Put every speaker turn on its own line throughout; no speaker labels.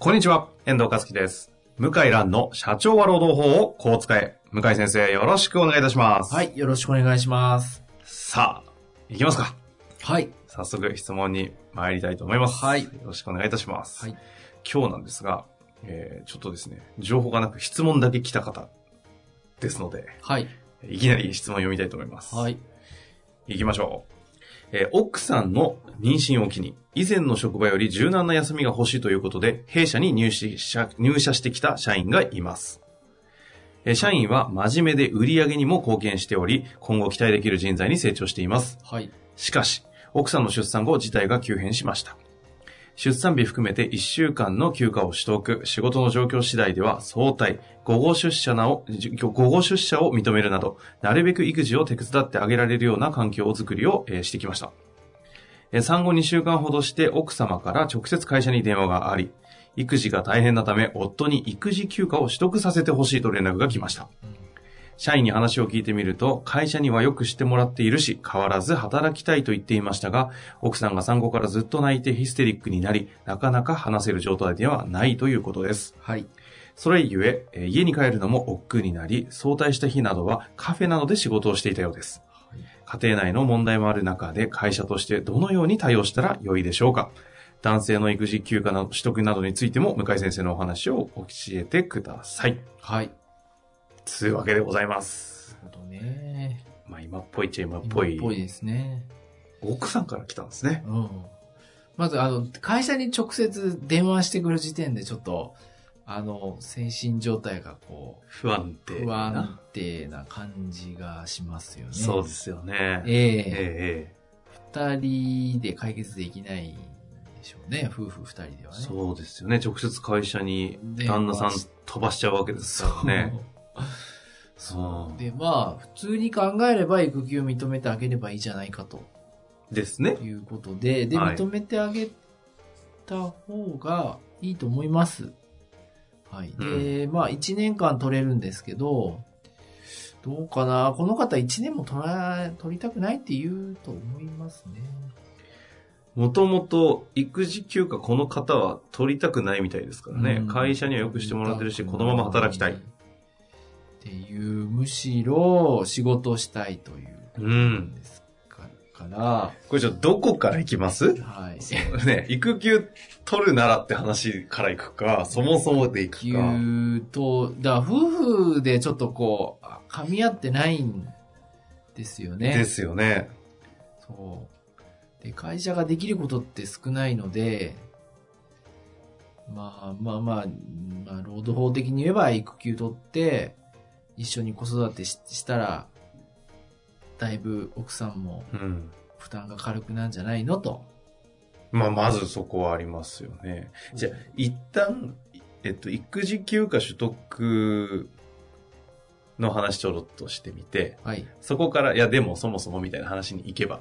こんにちは、遠藤和樹です。向井蘭の社長は労働法をこう使え。向井先生、よろしくお願いいたします。
はい、よろしくお願いします。
さあ、行きますか。
はい。
早速質問に参りたいと思います。
はい
よろしくお願いいたします。
はい
今日なんですが、えー、ちょっとですね、情報がなく質問だけ来た方ですので、
はい。
いきなり質問を読みたいと思います。
はい。
行きましょう。えー奥さんの妊娠を機に、以前の職場より柔軟な休みが欲しいということで、弊社に入社入社してきた社員がいます。えー社員は真面目で売り上げにも貢献しており、今後期待できる人材に成長しています。
はい。
しかし、奥さんの出産後、事態が急変しました。出産日含めて1週間の休暇を取得、仕事の状況次第では早退、午後出社なを、じ午後出社を認めるなど、なるべく育児を手伝ってあげられるような環境を作りを、えーしてきました。えー産後2週間ほどして奥様から直接会社に電話があり、育児が大変なため夫に育児休暇を取得させてほしいと連絡が来ました。社員に話を聞いてみると、会社にはよくしてもらっているし、変わらず働きたいと言っていましたが、奥さんが産後からずっと泣いてヒステリックになり、なかなか話せる状態ではないということです。
はい。
それゆえ、えー家に帰るのも億劫になり、早退した日などはカフェなどで仕事をしていたようです。家庭内の問題もある中で会社としてどのように対応したら良いでしょうか男性の育児休暇の取得などについても向井先生のお話を教えてください。
はい。なる
つうわけでございます。
ほどね。
まあ今っぽいっちゃ今っぽ
今
い。
っぽいですね。
奥さんから来たんですね。
うん。まず、あの、会社に直接電話してくる時点でちょっと、あの、精神状態がこ
不安
う、
定
不
な。
安定な感じがしますよね。
そうですよね。え
ええ
え
二人で解決できないんでしょうね。夫婦二人ではね。
そうですよね。直接会社に
で
旦那さん
まあ
飛ばしちゃうわけですよね。
そうう。
ん
で、まあ、普通に考えれば育休を認めてあげればいいじゃないかと
ですね。
いうことで、で、
はい
認めてあげた方がいいと思います。はい。で、まあ、1年間取れるんですけど、どうかな。この方1年も取ら、取りたくないって言うと思いますね。
もともと育児休暇この方は取りたくないみたいですからね。
うん
会社にはよくしてもらってるし、このまま働きた
っ
い。
ていう、むしろ仕事したいというう、
ん。
ですから、
これじゃあどこから行きます
はい。
ね、育休取るならって話から行くか、そもそもで行くか。
言うと、だから夫婦でちょっとこう、あ噛み合ってないんですよね。
ですよね。
そう。で、会社ができることって少ないので、まあまあまあ、まあ、労働法的に言えば育休取って、一緒に子育てししたら、だいぶ奥さんも
うん。
負担が軽くなんじゃないのと。
まあ、まずそこはありますよね。じゃあ、一旦、えっと、育児休暇取得の話ちょろっとしてみて、
はい。
そこから、いや、でもそもそもみたいな話に行けば、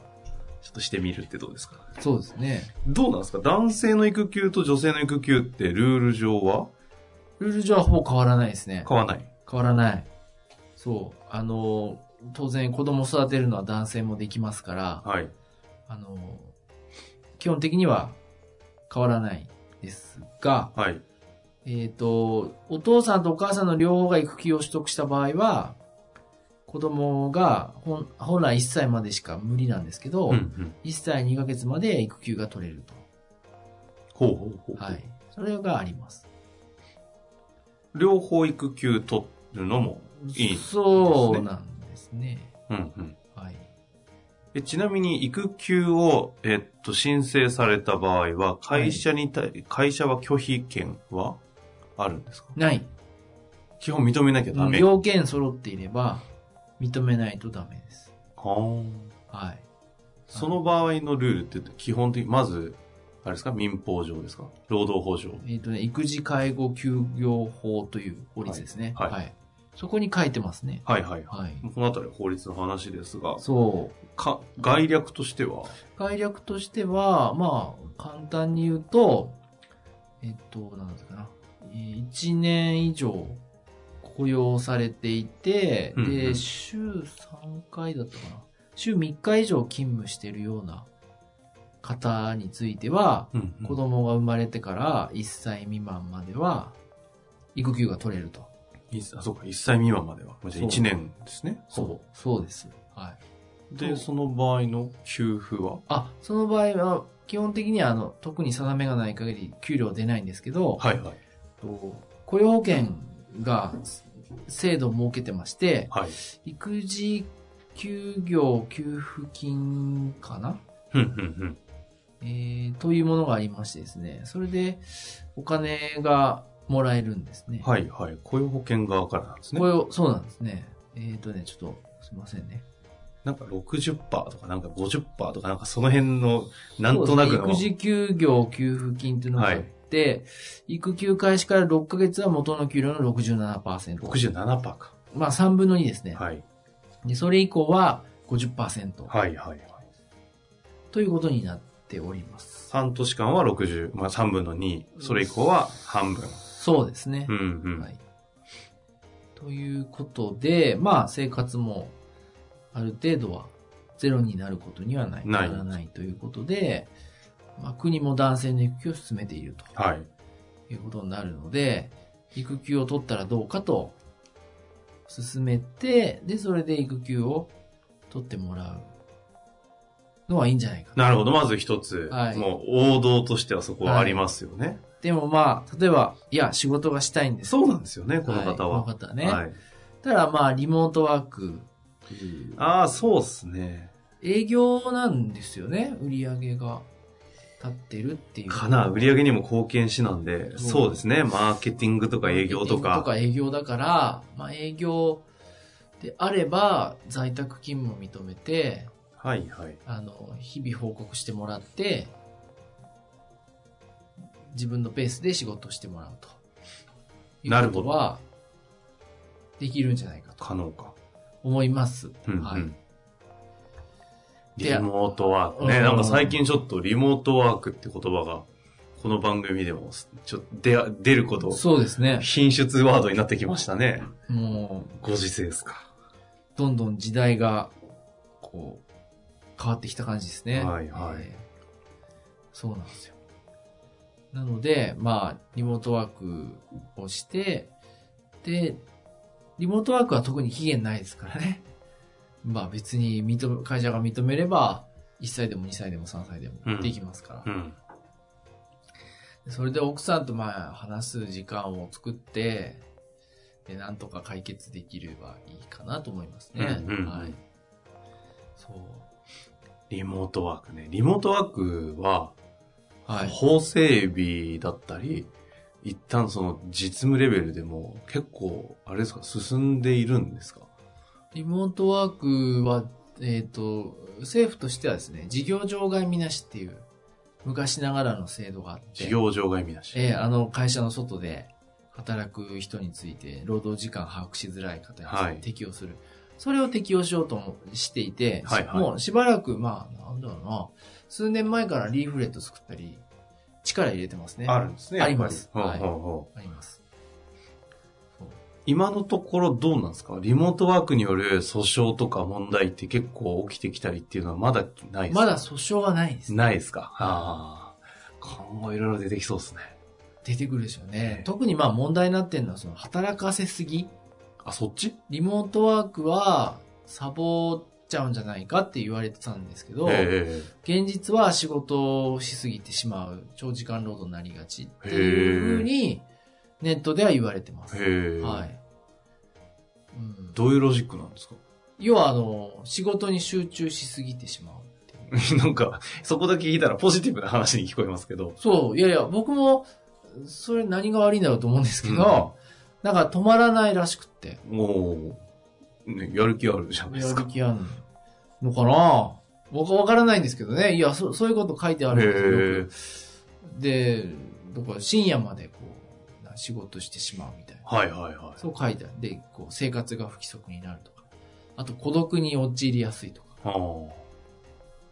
ちょっとしてみるってどうですか
そうですね。
どうなんですか男性の育休と女性の育休ってルール上は
ルール上はほぼ変わらないですね。
変わない。
変わらない。そう。あの、当然子供育てるのは男性もできますから、
はい。
あの、基本的には変わらないですが、
はい。
えっ、と、お父さんとお母さんの両方が育休を取得した場合は、子供が本本来1歳までしか無理なんですけど、
うんうん。
1歳2ヶ月まで育休が取れる
ほうほうほう。
と。はい。それがあります。
両方育休取るのもいい。
そうなんですね。
うんうん。
はい。
えちなみに育休を、えっと、申請された場合は、会社に対、会社は拒否権はあるんですか
ない。
基本認めなきゃダメ。は
条件揃っていれば認めないとダメです。
あ
はい。
その場合のルールって基本的に、まず、あれですか民法上ですか労働法上。
えっ、とね、育児介護休業法という法律ですね。
は
はいい。
は
そこに書いてますね。
はいはい。
はい。
このあたりは法律の話ですが、
そう。
か概略としては、
概略としては、まあ、簡単に言うと、えっ、と、なんだっけな。1年以上雇用されていて、
うんうん
で、週3回だったかな。週3日以上勤務してるような方については、
うん
子供が生まれてから1歳未満までは育休が取れると。
いつあ、そうか、1歳未満までは。じゃあ
そう
1年ですね。
そう、そうです。はい。
で、その場合の給付は
あ、その場合は、基本的には、あの、特に定めがない限り給料は出ないんですけど、
はいはい。
と雇用保険が制度を設けてまして、
はい。
育児休業給付金かな
ふんふんふん。
えーというものがありましてですね、それでお金がもらえるんですね。
はいはい。雇用保険側からなんですね
雇。用、そうなんですね。えっ、とね、ちょっと、すいませんね。
なんか60%とか、なんか50%とか、なんかその辺の、なんとなくの。
そうですね育児休業給付金っていうのがあって、育休開始から6ヶ月は元の給料の67%。
67%か。
まあ3分の2ですね。
はい。
でそれ以降は50%、
はいはいはい。
ということになっております。
半年間は60、まあ3分の2。それ以降は半分。
そうですね
う。んうん。
はい。ということで、まあ生活もある程度はゼロになることにはない。
ない
らないということで、まあ、国も男性の育休を進めていると。
はい。
ということになるので、育休を取ったらどうかと、進めて、で、それで育休を取ってもらうのはいいんじゃないかな。
なるほど。まず一つ、
はい
もう王道としてはそこはありますよね。
でもまあ、例えば、いや、仕事がしたいんです。
そうなんですよね、この方は。
いこの方はね。
はい
ただまあ、リモートワークという、
ああ、そうっすね。
営業なんですよね、売り上げが立ってるっていう。
かな、売り上げにも貢献しなんで、
そう
そうですね、マーケティングとか営業と
と
か。
か営業だから、まあ営業であれば、在宅勤務を認めて、
はいはい。
あの、日々報告してもらって、自分のペースで仕事をしてもらうと。
なるほど
いうことは、できるんじゃないかと
可能か。
思います。
うんうん
はい。
リモートワークね。
うん
なんか最近ちょっとリモートワークって言葉が、この番組でも、ちょっと出や、出ること、
そうですね。
品質ワードになってきましたね。
も
ご時世ですか。
う、どんどん時代が、こう、変わってきた感じですね。
はいはい
えーそうなんですよ。なので、まあ、リモートワークをして、で、リモートワークは特に期限ないですからね。まあ別に認め、会社が認めれば、1歳でも2歳でも3歳で
うん
もできますから。
うん。
それで奥さんとまあ話す時間を作って、で、なんとか解決できればいいかなと思いますね。
うんうん
はい。そう。
リモートワークね。リモートワークは、
はい。
法整備だったり、一旦その実務レベルでも結構、あれですか、進んでいるんですか
リモートワークは、えっ、と、政府としてはですね、事業場外みなしっていう、昔ながらの制度があって、
事業場外見出し。
ええあの、会社の外で働く人について、労働時間把握しづらい方
はい
に適用する。それを適用しようともしていて、
はいはい
もうしばらく、まあ、なんだろうな、数年前からリーフレット作ったり、力入れてますね。
あるんですね。
あります
やっぱ
は
り
い
ほうほうほう
あります。そう
今のところどうなんですかリモートワークによる訴訟とか問題って結構起きてきたりっていうのはまだないですか
まだ訴訟はないですね。
ないですかああ。今後いろいろ出てきそうですね。
出てくるでしょう
ええ
ね。特にまあ問題になってるのは、その働かせすぎ。
あ、そっち
リモートワークはサボっちゃうんじゃないかって言われてたんですけど、
え
現実は仕事をしすぎてしまう長時間労働になりがちっていうふうにネットでは言われてま
え
す。
へえ。
はいうん、
どういうロジックなんですか
要はあの仕事に集中しすぎてしまうっていう。
なんか、そこだけ聞いたらポジティブな話に聞こえますけど。
そう、いやいや、僕もそれ何が悪いんだろうと思うんですけど、なんか止まらないらしくって、
もう、ね、やる気あるじゃないで
や
す
る
か。
気あるのかなわかわからないんですけどね。いや、そそういうこと書いてあるんですよ
へ
よ
え
く。で、だから深夜までこう、な仕事してしまうみたいな。
はいはいは
そう書いてある。で、こう、生活が不規則になるとか。あと、孤独に陥りやすいとか。
い。ああ。
あ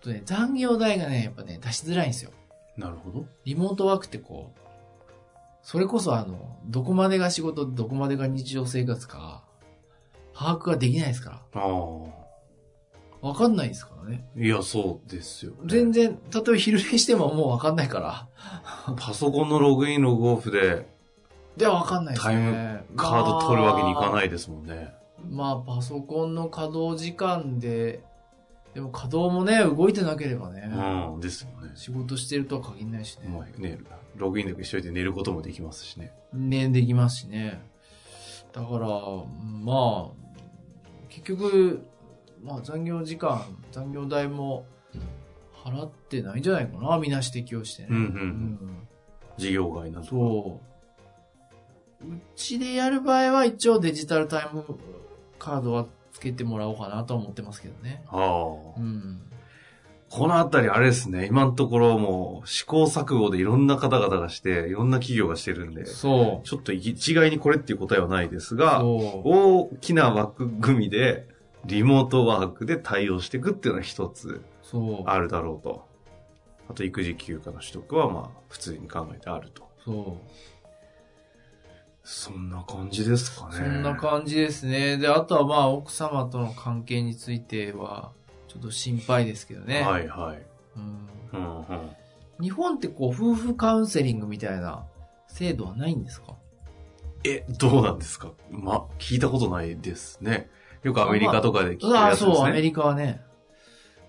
とね、残業代がね、やっぱね、出しづらいんですよ。
なるほど。
リモートワークってこう、それこそあの、どこまでが仕事、どこまでが日常生活か、把握ができないですか
あ
ら。わかんないですからね。
あ。いや、そうですよ、ね。
全然、たとえ昼寝してももうわかんないから。
パソコンのログイン、ログオフで
ではわかんないですね。。
タイカード取るわけにいかないいですもんね。
まあ、パソコンの稼働時間で、でも稼働もね、動いてなければね、
うん、ですよね。
仕事してるとは限らないしね。
もうね、ログインだけしといて寝ることもできますしね。
ね、できますしね。だから、まあ、結局、まあ残業時間、残業代も払ってないんじゃないかな、みな指摘をしてね。
うんうんう。
うんん
事業外など。
そう。うちでやる場合は一応デジタルタイムカードはつけてもらおうかなとは思ってますけどね。
ああ
う。ん。
このあたりあれですね、今のところもう試行錯誤でいろんな方々がして、いろんな企業がしてるんで、
そう。
ちょっと一概にこれっていう答えはないですが、
そう。
大きな枠組みで、リモートワークで対応していくっていうのは一つ
そう。
あるだろうと。あと、育児休暇の取得はまあ、普通に考えてあると。
そう。
そんな感じですかね。
そんな感じですね。で、あとはまあ、奥様との関係については、ちょっと心配ですけどね。
はいはい。
うん
うんうん、
日本ってこう、夫婦カウンセリングみたいな制度はないんですか
え、どうなんですかま、聞いたことないですね。よくアメリカとかで聞いた
あ
や
あ、
つですね。
そう、アメリカはね。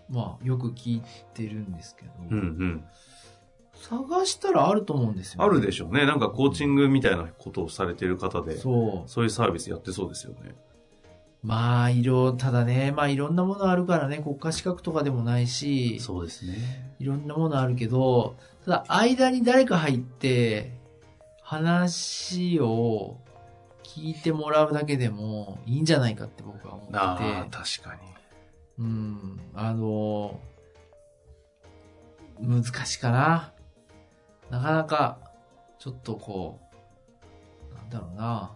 まあ、よく聞いてるんですけど。
うんうん。
探したらあると思うんですよ、
あるでしょうね。なんかコーチングみたいなことをされてる方で、
そ
そういうサービスやってそうですよね。
う。まあ、いろ、ただね、まあ、いろんなものあるからね、国家資格とかでもないし、
うですね。
いろんなものあるけど、ただ間に誰か入って、話を聞いてもらうだけでもいいんじゃないかって僕は思
あ
っ
あ、
てて、
確かに。
うん、あの、難しいかな。なかなか、ちょっとこう、なんだろうな。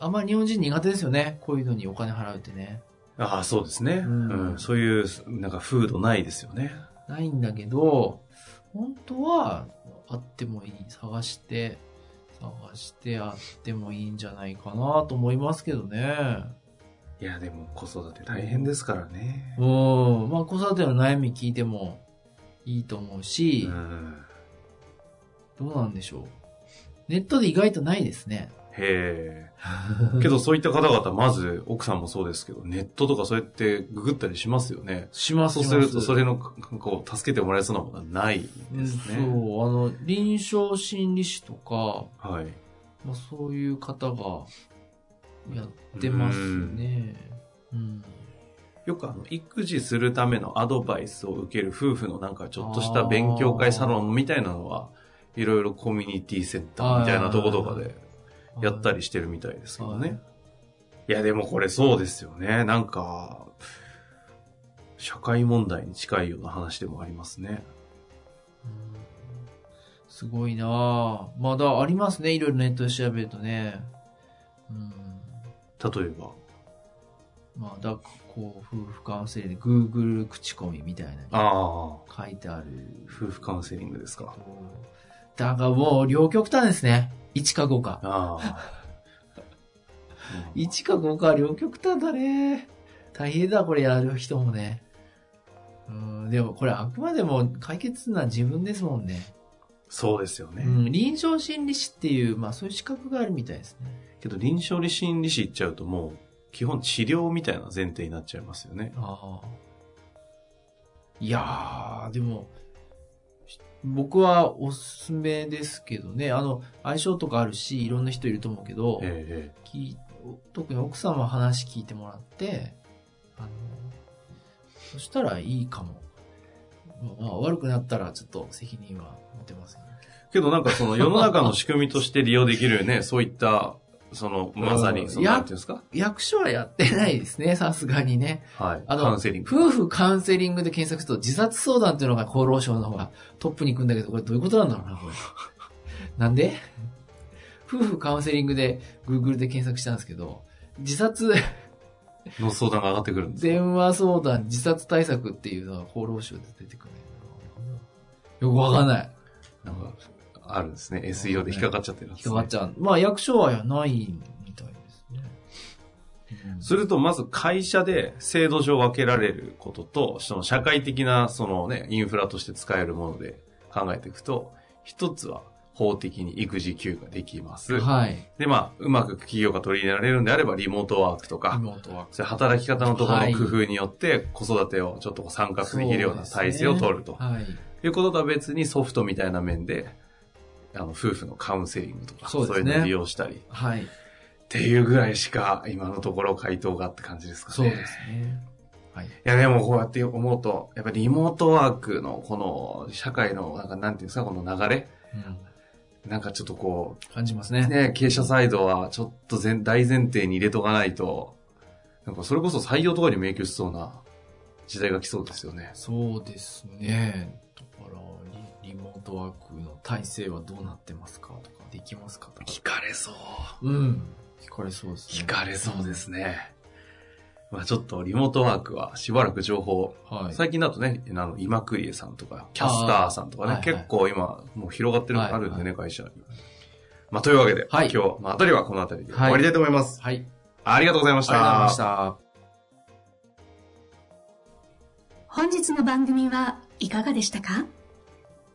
あんまり日本人苦手ですよね。こういうのにお金払うってね。
ああ、そうですね、
う
うんんそういう、なんか風土ないですよね。
ないんだけど、本当はあってもいい。探して、探してあってもいいんじゃないかなと思いますけどね。
いや、でも子育て大変ですからね。
うん。まあ子育ての悩み聞いてもいいと思う
う
し、
ん。
どうなんでしょう。ネットで意外とないですね。
へえ。けどそういった方々、まず奥さんもそうですけど、ネットとかそうやってググったりしますよね。
しま
そうすると、そ
れ
れの、こう、助けてもらえそうなものはないです
そう。あ
ね。
の、臨床心理士とか、
はい。
まあ、そういう方がやってますね。うん
よくあの、育児するためのアドバイスを受ける夫婦のなんかちょっとした勉強会サロンみたいなのは、いろいろコミュニティセンターみたいなとことかでやったりしてるみたいですけど
は
ね
い。
いや、でもこれそうですよね。なんか、社会問題に近いような話でもありますね。
うんすごいなあまあだ、ありますね。いろいろネットで調べるとね。うん。
例えば。
まあだ、こう、夫婦カウンセリングで Google 口コミみたいなの
ああ、
書いてある。
夫婦カウンセリングですか。
だからもう、両極端ですね。1か5か。
ああ。うん
1か5か、両極端だね。大変だ、これやる人もね。うん、でもこれあくまでも解決するのは自分ですもんね。
そうですよね。
うん、臨床心理士っていう、まあそういう資格があるみたいですね。
けど臨床理心理士行っちゃうともう基本治療みたいな前提になっちゃいますよね。
ああ。いやー、でも、し僕はおすすめですけどね。あの、相性とかあるし、いろんな人いると思うけど、
ええ
聞い特に奥様話聞いてもらって、あの、そしたらいいかも。まあ、悪くなったらちょっと責任は持てますね。
けどなんかその世の中の仕組みとして利用できるね、そういったその、まさに、その、
いや
なんていうんですか
役所はやってないですね、さすがにね。
はい。
あの
カウンセリング。
夫婦カウンセリングで検索すると自殺相談っていうのが厚労省の方がトップに行くんだけど、これどういうことなんだろうな、これ。なんで夫婦カウンセリングで Google で検索したんですけど、自殺、
の相談が上がってくるんですよ。
電話相談、自殺対策っていうのが厚労省で出てくるんだけどよくわかんない。
なんか、あるんですね。SEO で引っかかっちゃってるんですね
人がちゃん。まあ役所はやないみたいですね。うん
すると、まず会社で制度上分けられることと、その社会的な、そのね、インフラとして使えるもので考えていくと、一つは法的に育児休暇できます。
はい。
で、まあ、うまく企業が取り入れられるんであれば、リモートワークとか、
妹は。
それ働き方のところ
はい
の工夫によって、子育てをちょっとこう参画できるような体制を取ると。
はい。
いうこととは別にソフトみたいな面で、あの、夫婦のカウンセリングとか、
そ
そうう,、
です
いう
ね
のを利用したり、っ
はい。
ていうぐらいしか、今のところ回答がって感じですかね。
そうですね。はい。
いやでもこうやって思うと、やっぱりリモートワークのこの社会のなんかなんていうんですか、この流れ
うん
なんかちょっとこ
感じます
う、
ね。
ね、経営者サイドはちょっと前大前提に入れとかないと、なんかそれこそ採用とかにも影響しそうな時代が来そうですよね。
そうですね。だからリ、リモートワークの体制はどうなってますかとか、できますかとか。
聞かれそう。
うん。聞かれそうですね。
聞かれそうですね。まあちょっとリモートワークはしばらく情報、
はい。
最近だとね、あの、今クリエさんとか、キャスターさんとかね、
はいはい
結構今、もう広がってるのがあるんで
はい
ね、会社に。まあ、というわけで、
はい
今日のあたりはこのあたりで終わりたいと思います。
はい。あり
ありがとうございました。
がとうございました。
本日の番組はいかがでしたか